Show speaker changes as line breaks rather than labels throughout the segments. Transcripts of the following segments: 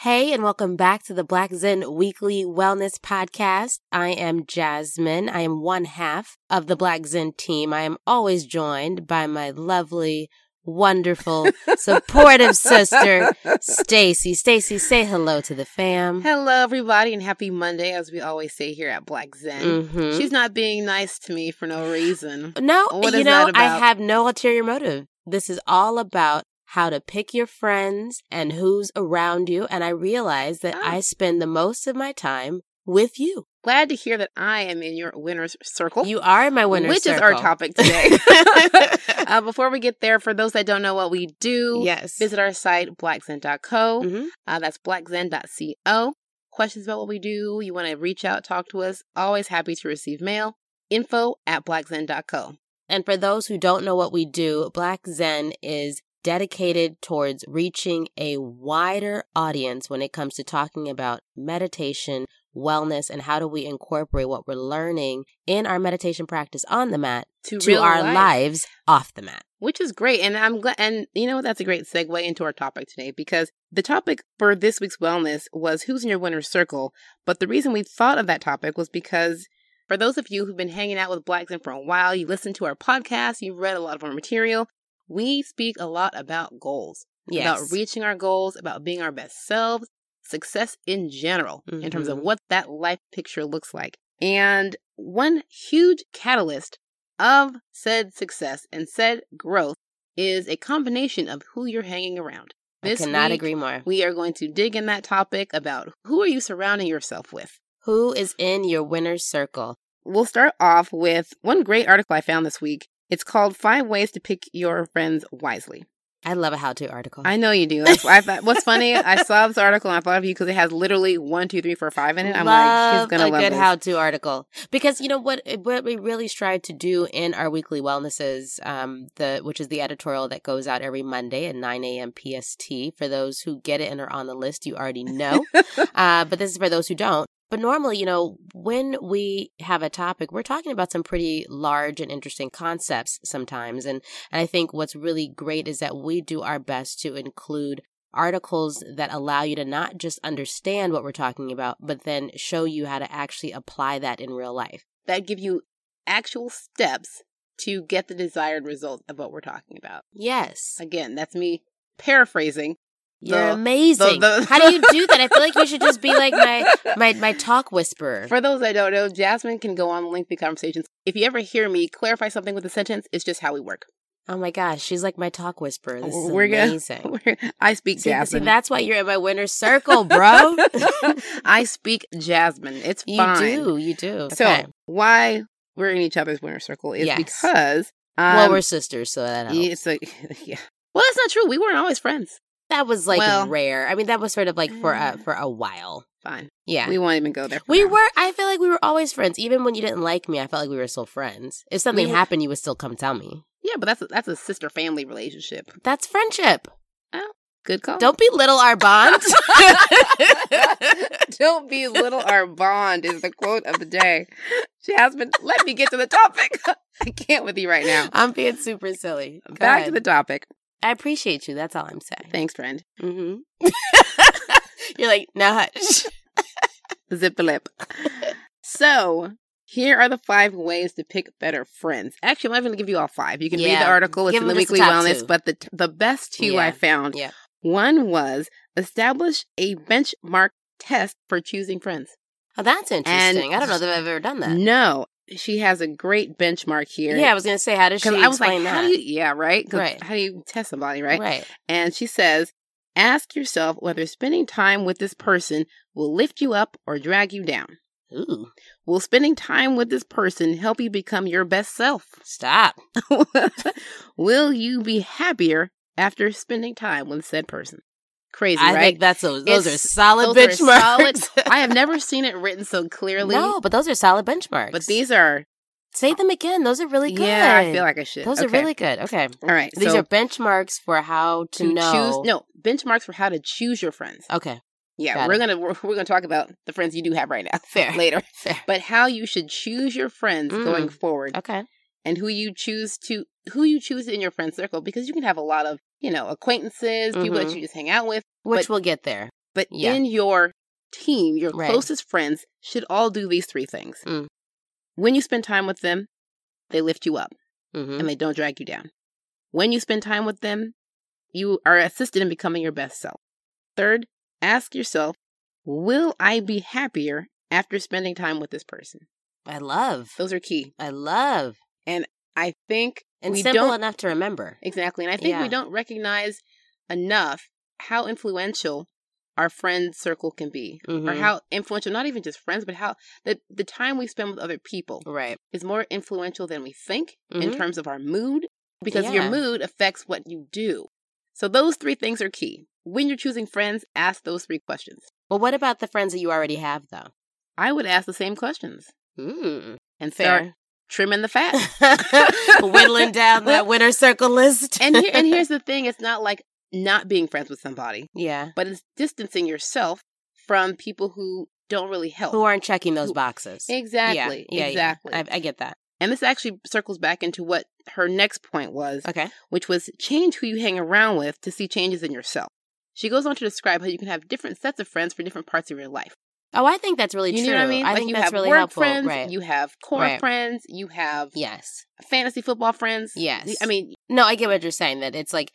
Hey, and welcome back to the Black Zen Weekly Wellness Podcast. I am Jasmine. I am one half of the Black Zen team. I am always joined by my lovely, wonderful, supportive sister, Stacy. Stacy, say hello to the fam.
Hello, everybody, and happy Monday, as we always say here at Black Zen.
Mhm.
She's not being nice to me for no reason.
No,
What
you
is
know,
that
I
about?
have no ulterior motive. This is all about how to pick your friends and who's around you. And I realize that
Oh.
I spend the most of my time with you.
Glad to hear that I am in your winner's circle,
You are in my winner's
which is
circle.
our topic today. uh, before we get there, for those that don't know what we do,
yes.
visit our site, blackzen.co.
Mhm.
Uh, that's blackzen.co. Questions about what we do, you want to reach out, talk to us, always happy to receive mail. Info at blackzen.co.
And for those who don't know what we do, Black Zen is dedicated towards reaching a wider audience when it comes to talking about meditation, wellness, and how do we incorporate what we're learning in our meditation practice on the mat to
real
our
life.
lives off the mat.
which is great. And I'm glad, and you know, what? that's a great segue into our topic today because the topic for this week's wellness was who's in your winner's circle. But the reason we thought of that topic was because for those of you who've been hanging out with Blacks and for a while, you listen to our podcast, you've read a lot of our material. We speak a lot about goals, about reaching our goals, about being our best selves, success in general, in terms of
Mhm.
what that life picture looks like. And one huge catalyst of said success and said growth is a combination of who you're hanging around.
I cannot
week,
agree more.
We are going to dig in that topic about who are you surrounding yourself with.
Who is in your winner's circle?
We'll start off with one great article I found this week. It's called Five Ways to Pick Your Friends Wisely.
I love a how-to article.
I know you do. That's why I thought, what's funny, I saw this article and I thought of you because it has literally one, two, three, four, five in it. I'm like, he's
love
going to
a
love
good
this.
how-to article because you know what what we really strive to do in our weekly wellnesses um the which is the editorial that goes out every monday at 9 a.m pst for those who get it and are on the list you already know uh, but this is for those who don't. But normally, you know, when we have a topic, we're talking about some pretty large and interesting concepts sometimes. And, and I think what's really great is that we do our best to include articles that allow you to not just understand what we're talking about, but then show you how to actually apply that in real life.
that give you actual steps to get the desired result of what we're talking about.
Yes.
Again, that's me paraphrasing.
You're
the-
amazing.
the-
How do you do that? I feel like you should just be like my, my, my talk whisperer.
For those that don't know, Jasmine can go on lengthy conversations. If you ever hear me clarify something with a sentence, it's just how we work.
Oh my gosh. She's like my talk whisperer. This is
We're gonna-
amazing.
I speak
See, see,
Jasmine.
that's why you're in my winner's circle, bro.
I speak Jasmine. It's
you
fine.
do, you do.
So
Okay.
why we're in each other's winner circle is
Yes.
because um,
well, we're sisters, so that helps.
it's like yeah. Well, that's not true. We weren't always friends.
that was like
well-
rare. I mean, that was sort of like for a
Mm.
for a while.
Fine.
Yeah, we,
We won't even go there. for now.
were. I feel like we were always friends, even when you didn't like me. I felt like we were still friends. If something
We-
happened, you would still come tell me.
Yeah, but that's a, that's a sister family relationship.
That's friendship.
Good call.
Don't belittle our bond.
Don't be little our bond is the quote of the day. Jasmine, let me get to the topic. I can't with you right now.
I'm being super silly. Go
Back to
ahead.
the topic.
I appreciate you. That's all I'm saying.
Thanks, friend. Mm-hmm.
hmm You're like now hush.
Zip the lip. So here are the five ways to pick better friends. Actually, I'm not going to give you all five. You can read
Yeah.
the article. It's
Give
in the
them just the
weekly
top
wellness.
two.
But the t- the best two
Yeah.
I found.
Yeah.
One was establish a benchmark test for choosing friends.
Oh, that's interesting. I don't know that I've ever done that.
No, she has a great benchmark here.
Yeah, I was gonna say, how does she
Because
explain
I was like,
that?
how do you, yeah, right? 'Cause
Right.
How do you test somebody, right?
right.
And she says, ask yourself whether spending time with this person will lift you up or drag you down.
Ooh,
Will spending time with this person help you become your best self?
stop.
will you be happier after spending time with said person? Crazy,
I
right?
think that's a, those are
It's-
solid
those are
benchmarks.
I have never seen it written so clearly.
no, but those are solid benchmarks.
But these are,
say them again. Those are really good.
yeah, I feel like I should.
those are
Okay.
really good. Okay,
all right.
these
so
are benchmarks for how to, know.
choose no benchmarks for how to choose your friends.
Okay,
Yeah,
Got
we're
it.
gonna we're, we're gonna talk about the friends you do have right now.
Fair.
later,
fair.
but how you should choose your friends
Mm.
going forward,
Okay,
and who you choose to who you choose in your friend circle, because you can have a lot of you know acquaintances, people that
Mhm.
you just hang out with.
which
But-
we'll get there.
But
Yeah.
in your team, your
Right.
closest friends should all do these three things.
Mm.
When you spend time with them, they lift you up
Mm-hmm.
and they don't drag you down. When you spend time with them, you are assisted in becoming your best self. Third, ask yourself, will I be happier after spending time with this person?
I love.
Those are key.
I love.
I think
And
we
simple
don't
enough to remember.
Exactly. And I think
Yeah.
we don't recognize enough how influential our friend circle can be. Or
Mhm.
how influential not even just friends, but how the the time we spend with other people
Right.
is more influential than we think in
Mhm.
terms of our mood. Because your
Yeah.
mood affects what you do. So those three things are key. When you're choosing friends, ask those three questions.
But what about the friends that you already have, though?
I would ask the same questions
Mm,
and start
fair.
trimming the fat.
Whittling down that winner circle list.
and here, and here's the thing: it's not like not being friends with somebody.
yeah.
but it's distancing yourself from people who don't really help.
Who aren't checking those
Who-
boxes.
exactly,
Yeah. Yeah, yeah.
exactly.
I, I get that.
and this actually circles back into what her next point was,
Okay.
which was change who you hang around with to see changes in yourself. She goes on to describe how you can have different sets of friends for different parts of your life.
Oh, I think that's really
you
true.
know what I mean? like
think
you
that's
have
really
work
helpful.
friends,
right.
you have core
Right.
friends, you have
yes.
fantasy football friends.
Yes.
I mean, oh,
No, I get what you're saying. That it's like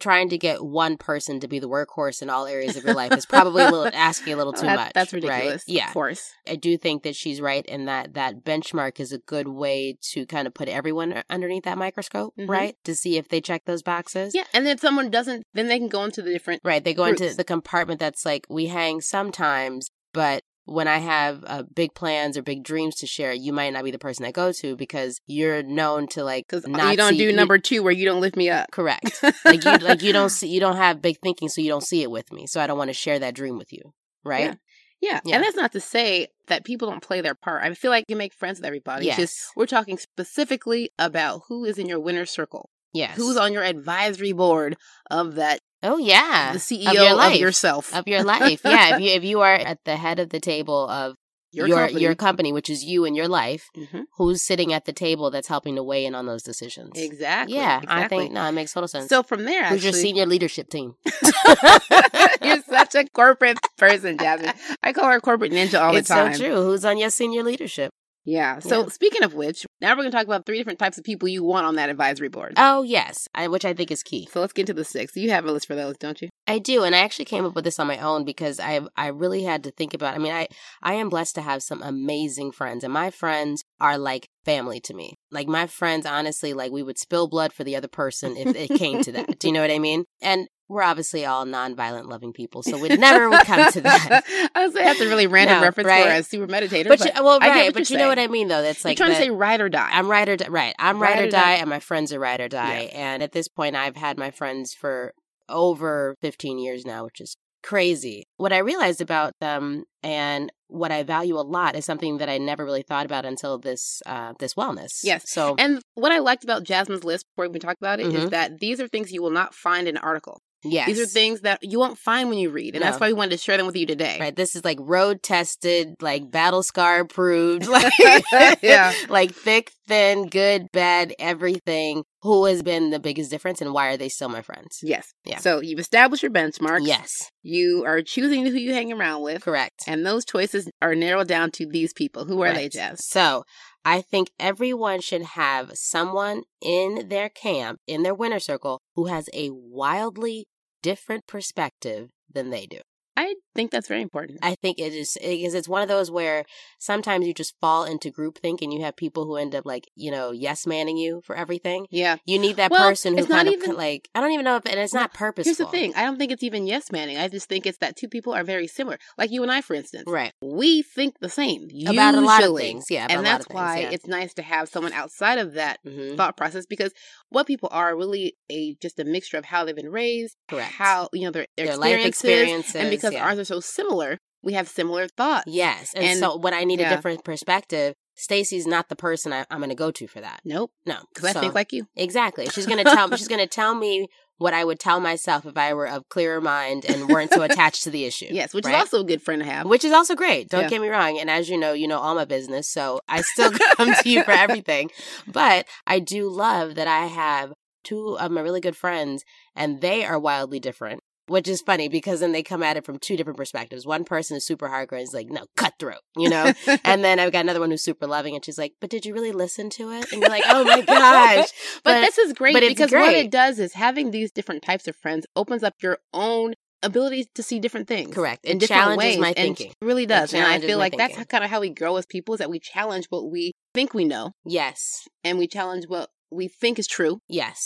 trying to get one person to be the workhorse in all areas of your life is probably a little, asking a little too
that-
much.
That's
right?
ridiculous.
Yeah.
Of course.
I do think that she's right in that that benchmark is a good way to kind of put everyone underneath that microscope,
Mhm.
right? To see if they check those boxes.
Yeah. And then if someone doesn't, then they can go into the different.
Right. They go
Groups.
into the compartment that's like we hang sometimes, but when I have uh, big plans or big dreams to share, you might not be the person I go to because you're known to like
Because
not
you don't
see-
do
you-
number two where you don't lift me up.
correct. like you like you don't see you don't have big thinking, so you don't see it with me. So I don't want to share that dream with you, right?
Yeah.
Yeah.
And that's not to say that people don't play their part. I feel like you make friends with everybody. It's
yes.
just we're talking specifically about who is in your winner circle,
yes.
who's on your advisory board of that,
Oh yeah.
the CEO of,
your life.
yourself,
of your life. Yeah, if you if you are at the head of the table of your your company, which is you and your life,
Mhm.
who's sitting at the table that's helping to weigh in on those decisions?
Exactly.
Yeah, I
exactly.
think no, it makes total sense.
so. From there,
who's your
actually,
senior leadership team?
you're such a corporate person, Jasmine. I call her a corporate ninja all
it's
the time.
so true. Who's on your senior leadership?
Yeah. So
Yeah.
speaking of which, now we're going to talk about three different types of people you want on that advisory board.
Oh yes, I, which I think is key.
so let's get to the six. You have a list for those, don't you?
I do, and I actually came up with this on my own because I I really had to think about. I mean, I I am blessed to have some amazing friends, and my friends are like family to me. Like my friends, honestly, like we would spill blood for the other person if it came to that. Do you know what I mean? And we're obviously all nonviolent, loving people, so we never would come to that.
I was like, that's a really random
No,
reference for
right?
a super meditator. But,
But you, well,
I get
right,
what
but
you're
you know what I
saying.
mean, though. That's
you're
like
trying
the-
to say ride or die.
I'm ride or die. Right. I'm ride, or, die, and my friends are ride or die.
Yeah.
And at this point, I've had my friends for over 15 years now, which is crazy. What I realized about them and what I value a lot is something that I never really thought about until this uh, this wellness.
Yes.
So
and what I liked about Jasmine's list before we talk about it is
Mhm.
that these are things you will not find in an article.
yes,
These are things that you won't find when you read, and that's
No.
why we wanted to share them with you today.
Right. This is like road tested, like battle scar proved, like
Yeah.
like thick, thin, good, bad, everything. Who has been the biggest difference, and why are they still my friends?
Yes.
Yeah.
So you've established your benchmarks.
Yes,
You are choosing who you hang around with,
correct.
and those choices are narrowed down to these people. Who are they,
Right.
Jazz?
So I think everyone should have someone in their camp, in their winner circle, who has a wildly different perspective than they do.
I think that's very important.
I think it is because it's one of those where sometimes you just fall into groupthink and you have people who end up like, you know, yes manning you for everything.
yeah.
You need that
Well,
person who
it's not
kind of
even-
like, I don't even know if, and it's
No,
not purposeful.
Here's the thing. I don't think it's even yes manning. I just think it's that two people are very similar. Like you and I, for instance.
Right.
We think the same. Usually.
About a lot of things. Yeah. About
And
a lot
that's
of things,
why
yeah.
it's nice to have someone outside of that
Mhm.
thought process because what people are are really a just a mixture of how they've been raised,
Correct.
how you know their, their,
Their life
experiences,
experiences.
and because
yeah.
ours are so similar, we have similar thoughts.
Yes. And,
And-
so when I need
yeah.
a different perspective, Stacy's not the person I, I'm going to go to for that.
Nope.
No.
Because
So-
I think like you.
exactly. She's going to tell she's going to tell me what I would tell myself if I were of clearer mind and weren't so attached to the issue.
Yes, which
right?
is also a good friend to have.
which is also great. Don't
Yeah.
get me wrong. And as you know, you know all my business. So I still come to you for everything. But I do love that I have two of my really good friends and they are wildly different. which is funny because then they come at it from two different perspectives. One person is super hardcore and is like, no, cutthroat, you know? and then I've got another one who's super loving and she's like, but did you really listen to it? And you're like, oh my gosh.
But, this is great
but it's
because what
great.
it does is having these different types of friends opens up your own ability to see different things.
Correct.
In
It
different
challenges
ways.
my
and
thinking.
It really does. And I
challenges
feel
my
like that's
thinking.
kind of how we grow as people is that we challenge what we think we know
Yes.
and we challenge what we think is true.
Yes.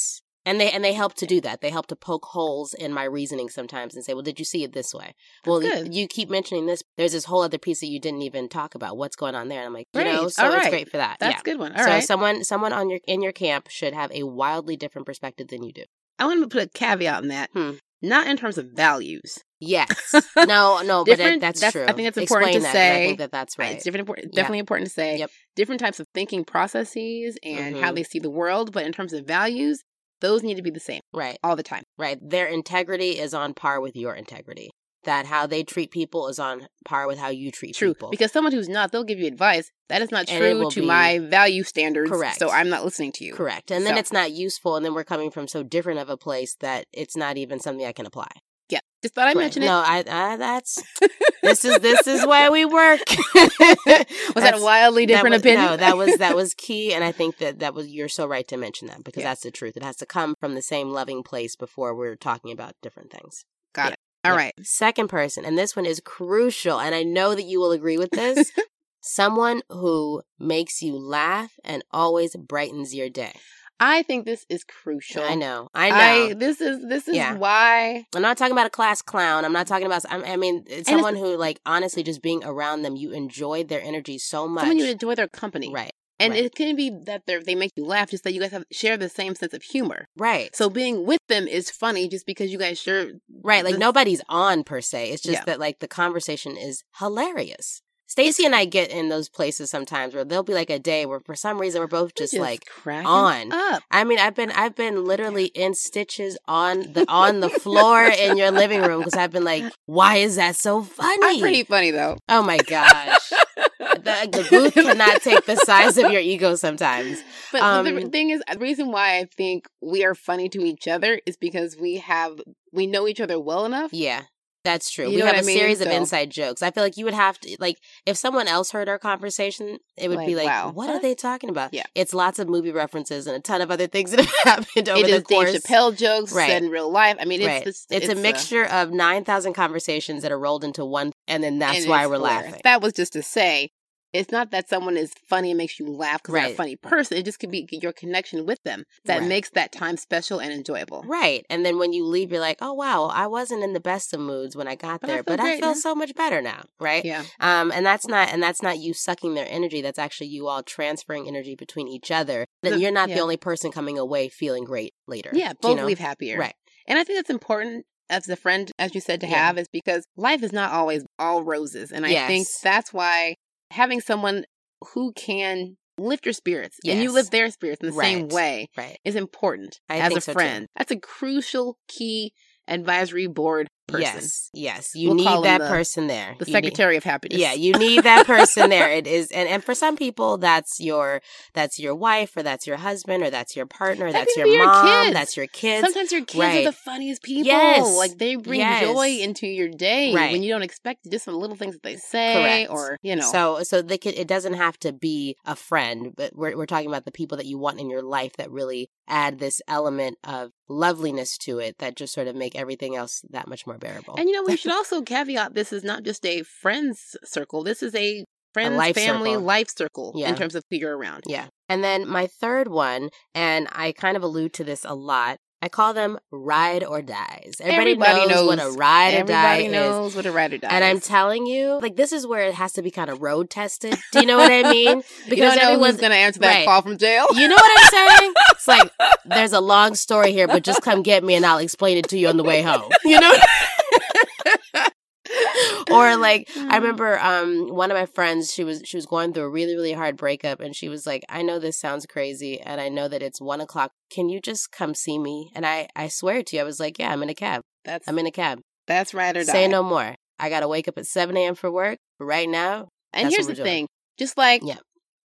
And they and they help to do that. They help to poke holes in my reasoning sometimes and say, "Well, did you see it this way?" Well, you,
good.
you keep mentioning this. There's this whole other piece that you didn't even talk about. What's going on there? And I'm like, you
Great.
know, so
All
it's
right.
great for that.
That's
yeah.
a good one. All right.
so someone someone on your in your camp should have a wildly different perspective than you do.
I want to put a caveat in that.
Hmm.
Not in terms of values.
Yes. No, no, but
Different-
that, that's,
that's-
true.
I think that's important
Explain
to
that, 'cause I
say.
think that that's right.
It's different important,
Yeah.
definitely important to say
Yep.
different types of thinking processes and how
Mhm.
they see the world, but in terms of values, those need to be the same
right,
all the time.
right. Their integrity is on par with your integrity. That how they treat people is on par with how you treat
True,
people.
because someone who's not, they'll give you advice that is not
And it
true
will
to
be-
my value standards.
Correct.
So I'm not listening to you.
Correct. And then
So-
it's not useful. And then we're coming from so different of a place that it's not even something I can apply.
Yeah, just thought I
Right.
mentioned it.
no, I, I, that's, this is, this is why we work. was
was that a wildly different
was,
opinion?
No, that was, that was key. And I think that that was, you're so right to mention that because
Yeah.
that's the truth. It has to come from the same loving place before we're talking about different things.
Got
Yeah.
it. All
Yeah.
right.
Second person, and this one is crucial, and I know that you will agree with this. Someone who makes you laugh and always brightens your day.
I think this is crucial.
I know. I know.
this is this is
Yeah.
why
I'm not talking about a class clown. I'm not talking about. I'm, I mean, it's
And it's-
someone who, like, honestly, just being around them, you enjoy their energy so much.
someone you enjoy their company,
right,
And
right.
it can be that they they make you laugh, just that you guys have share the same sense of humor.
right,
So being with them is funny, just because you guys share.
right. Like
this-
nobody's on per se. It's just
Yeah.
that like the conversation is hilarious. Stacy and I get in those places sometimes where there'll be like a day where for some reason we're both just, like.
cracking
on.
up.
I mean, I've been I've been literally in stitches on the on the floor in your living room because I've been like, why is that so funny?
I'm pretty funny though.
Oh my gosh. the, the booth cannot take the size of your ego sometimes.
But the
Um,
thing is, the reason why I think we are funny to each other is because we have we know each other well enough.
Yeah, that's true.
You
we
know
have
what
a
I mean?
series of
So-
inside jokes. I feel like you would have to, like, if someone else heard our conversation, it would be
Like,
like,
wow.
what are
What?
they talking about?
Yeah.
It's lots of movie references and a ton of other things that have happened over
It
the
is
course.
Dave Chappelle jokes
Right.
said in real life. I mean, it's
right.
just-
it's, a mixture of 9,000 conversations that are rolled into one, and then that's
and
why
it's
we're
hilarious.
laughing.
That was just to say, it's not that someone is funny and makes you laugh because they're a
Right.
funny person. It just could be your connection with them that
Right.
makes that time special and enjoyable.
Right. And then when you leave, you're like, oh, wow, I wasn't in the best of moods when I got
But I
there,
feel
but I
great
feel
now."
so much better now. Right.
Yeah,
Um, and that's not and that's not you sucking their energy. That's actually you all transferring energy between each other. Then
The-
you're not
yeah.
the only person coming away feeling great later.
yeah,
you
both
know?
leave happier.
Right.
and I think that's important as a friend, as you said, to
Yeah.
have is because life is not always all roses, and I think
Yes.
that's why having someone who can lift your spirits and you
Yes.
lift their spirits in the same
Right.
way
Right.
is important
I
as
think
a
so, too.
friend. That's a crucial key advisory board person.
Yes. Yes. You
We'll call
need
'em
that
the-
person there.
The
You need-
Secretary of Happiness.
yeah, you need that person there. It is, and, and for some people, that's your that's your wife, or that's your husband, or that's your partner,
That
that's
could
your
be your
mom,
kids.
that's your kids.
Sometimes your kids are
Right.
the funniest people.
Yes.
Like they bring
Yes.
joy into your day
Right.
when you don't expect it, just some little things that they say
Correct.
or you know.
So, so they could, it doesn't have to be a friend, but we're we're talking about the people that you want in your life that really add this element of loveliness to it that just sort of make everything else that much more bearable.
and you know, we should also caveat this is not just a friends circle. This is a friends
life
family
circle.
life circle
Yeah.
in terms of who you're around.
yeah. And then my third one, and I kind of allude to this a lot. I call them ride or dies. Everybody,
Everybody
knows, what
knows.
a ride
Everybody
or die is.
knows what a ride or die
And I'm
is.
telling you, like this is where it has to be kind of road tested. Do you know what I mean?
you don't know who's going to answer that
right.
call from jail.
You know what I'm saying? It's like there's a long story here, but just come get me and I'll explain it to you on the way home. You know? or like
Mm.
I remember um one of my friends, she was she was going through a really, really hard breakup and she was like, I know this sounds crazy and I know that it's one o'clock. Can you just come see me? And I, I swear to you, I was like, Yeah, I'm in a cab.
that's
I'm in a cab.
that's ride or die.
Say no more. I gotta wake up at seven AM for work right now.
And
That's
here's the
what we're doing.
thing. Just like
Yeah.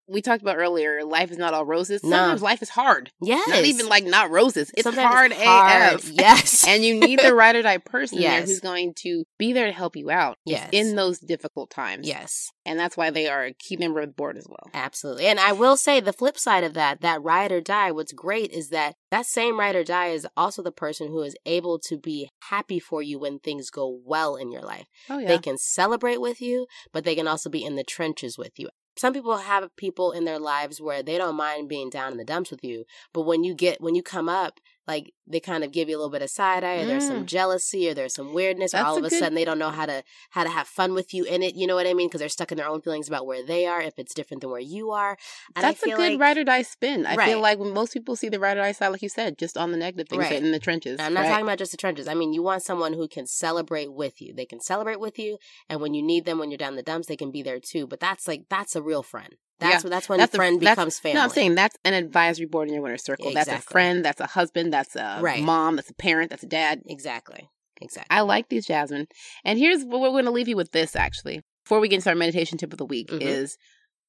we talked about earlier, life is not all roses. Sometimes life is hard.
Yes.
Not even like not roses. It's hard,
Sometimes it's hard.
AF.
Yes.
And you need the ride or die person there
Yes.
who's going to be there to help you out
yes.
in those difficult times.
yes.
And that's why they are a key member of the board as well.
Absolutely. And I will say the flip side of that, that ride or die, what's great is that that same ride or die is also the person who is able to be happy for you when things go well in your life.
Oh,
They can celebrate with you, but they can also be in the trenches with you. Some people have people in their lives where they don't mind being down in the dumps with you, but when you get when you come up, like they kind of give you a little bit of side eye, or there's some
Mm.
jealousy, or there's some weirdness, or
That's
all
a
of a
good-
sudden they don't know how to how to have fun with you in it. You know what I mean? Because they're stuck in their own feelings about where they are, if it's different than where you are. And
That's
I
a
feel
good
like,
ride or die spin. I feel
Right.
like when most people see the ride or die side, like you said, just on the negative things
Right.
in the trenches.
I'm not
right?
talking about just the trenches. I mean, you want someone who can celebrate with you. They can celebrate with you, and when you need them, when you're down in the dumps, they can be there too. But that's like that's a real friend. That's that's when
That's a-
friend
that's-
becomes family.
No, I'm saying that's an advisory board in your winner circle. That's a
Exactly.
friend, that's a husband, that's a
Right.
mom, that's a parent, that's a dad.
exactly, exactly.
I like these, Jasmine. And here's what we're going to leave you with this actually. Before we get into our meditation tip of the week,
Mhm.
is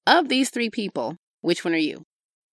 of these three people, which one are you?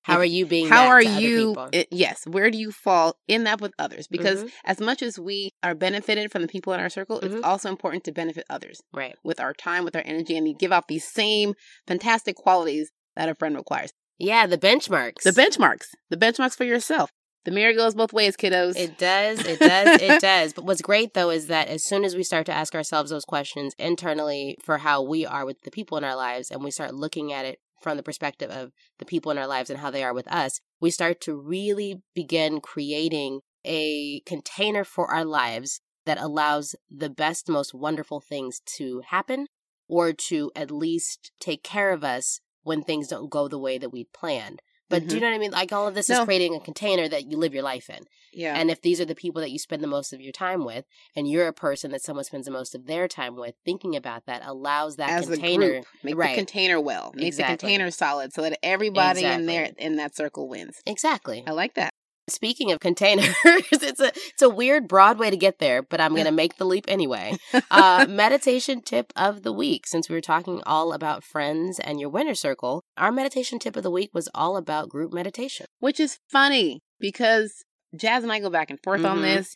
How are you being?
How
that
are
to other
you?
people?
it- yes, where do you fall in that with others? Because
Mhm.
as much as we are benefited from the people in our circle,
Mhm.
it's also important to benefit others
right,
with our time, with our energy, and you give off these same fantastic qualities that a friend requires.
yeah, the benchmarks.
The benchmarks, the benchmarks for yourself. The mirror goes both ways, kiddos.
It does. It does. it does. But what's great though is that as soon as we start to ask ourselves those questions internally for how we are with the people in our lives and we start looking at it from the perspective of the people in our lives and how they are with us, we start to really begin creating a container for our lives that allows the best, most wonderful things to happen or to at least take care of us when things don't go the way that we planned. But
Mm-hmm.
do you know what I mean? Like all of this
No.
is creating a container that you live your life in.
yeah.
And if these are the people that you spend the most of your time with, and you're a person that someone spends the most of their time with, thinking about that allows that
as a
container
group, make the
right.
container well, make
Exactly.
the container solid, so that everybody in there in that circle wins.
exactly.
I like that.
Speaking of containers, it's a it's a weird broad way to get there, but I'm gonna make the leap anyway. Uh, meditation tip of the week. Since we were talking all about friends and your winner circle, our meditation tip of the week was all about group meditation.
Which is funny because Jazz and I go back and forth on
Mhm.
this.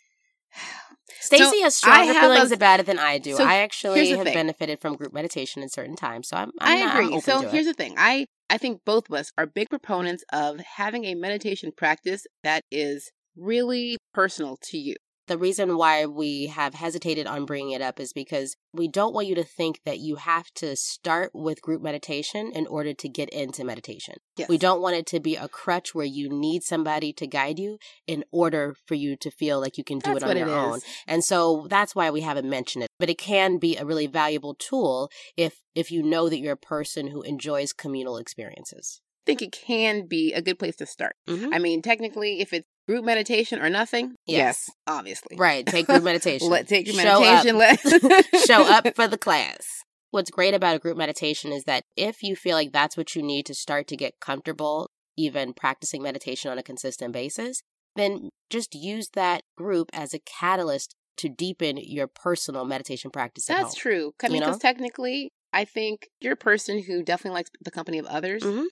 Stacey has
I
stronger
have
feelings
a-
about it than I do.
So
I
here's
actually
the
have
thing.
benefited from group meditation in certain times, so I'm,
i
I'm not- I'm
agree.
open to
So
it.
here's the thing. I I think both of us are big proponents of having a meditation practice that is really personal to you.
the reason why we have hesitated on bringing it up is because we don't want you to think that you have to start with group meditation in order to get into meditation.
Yes.
We don't want it to be a crutch where you need somebody to guide you in order for you to feel like you can do
That's
it
what
on
it
your own.
is.
And so that's why we haven't mentioned it. But it can be a really valuable tool if if you know that you're a person who enjoys communal experiences.
I think it can be a good place to start.
Mhm.
I mean, technically, if it's group meditation or nothing,
Yes.
obviously.
Right, take group meditation.
Let take your
Show up.
meditation. Let
show up for the class. What's great about a group meditation is that if you feel like that's what you need to start to get comfortable, even practicing meditation on a consistent basis, then just use that group as a catalyst to deepen your personal meditation practice. At
That's
home.
true. I
you
mean,
know?
because technically, I think you're a person who definitely likes the company of others.
Mhm.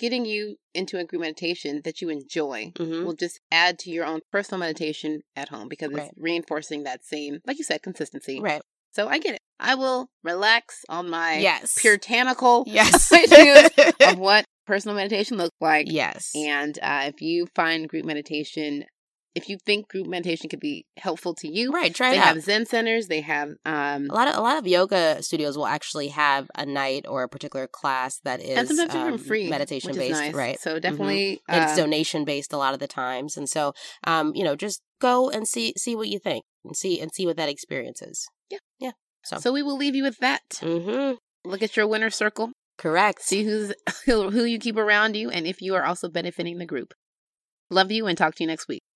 Getting you into a group meditation that you enjoy
Mhm.
will just add to your own personal meditation at home because
Right.
it's reinforcing that same, like you said, consistency.
Right.
So I get it. I will relax on my
Yes.
puritanical
Yes.
ideas of what personal meditation looks like.
yes.
And uh, if you find group meditation, if you think group meditation could be helpful to you,
Right. Try
they
it out.
have Zen centers. They have um,
a lot of a lot of yoga studios will actually have a night or a particular class that is
and sometimes they're
um,
even free,
meditation
which
based,
is nice.
right? Mm-hmm.
So definitely,
And it's
uh,
donation based a lot of the times and so um you know just go and see see what you think and see and see what that experience is so-
so we will leave you with that.
mm-hmm
Look at your winner circle,
correct
see who's who who you keep around you, and if you are also benefiting the group. Love you, and talk to you next week.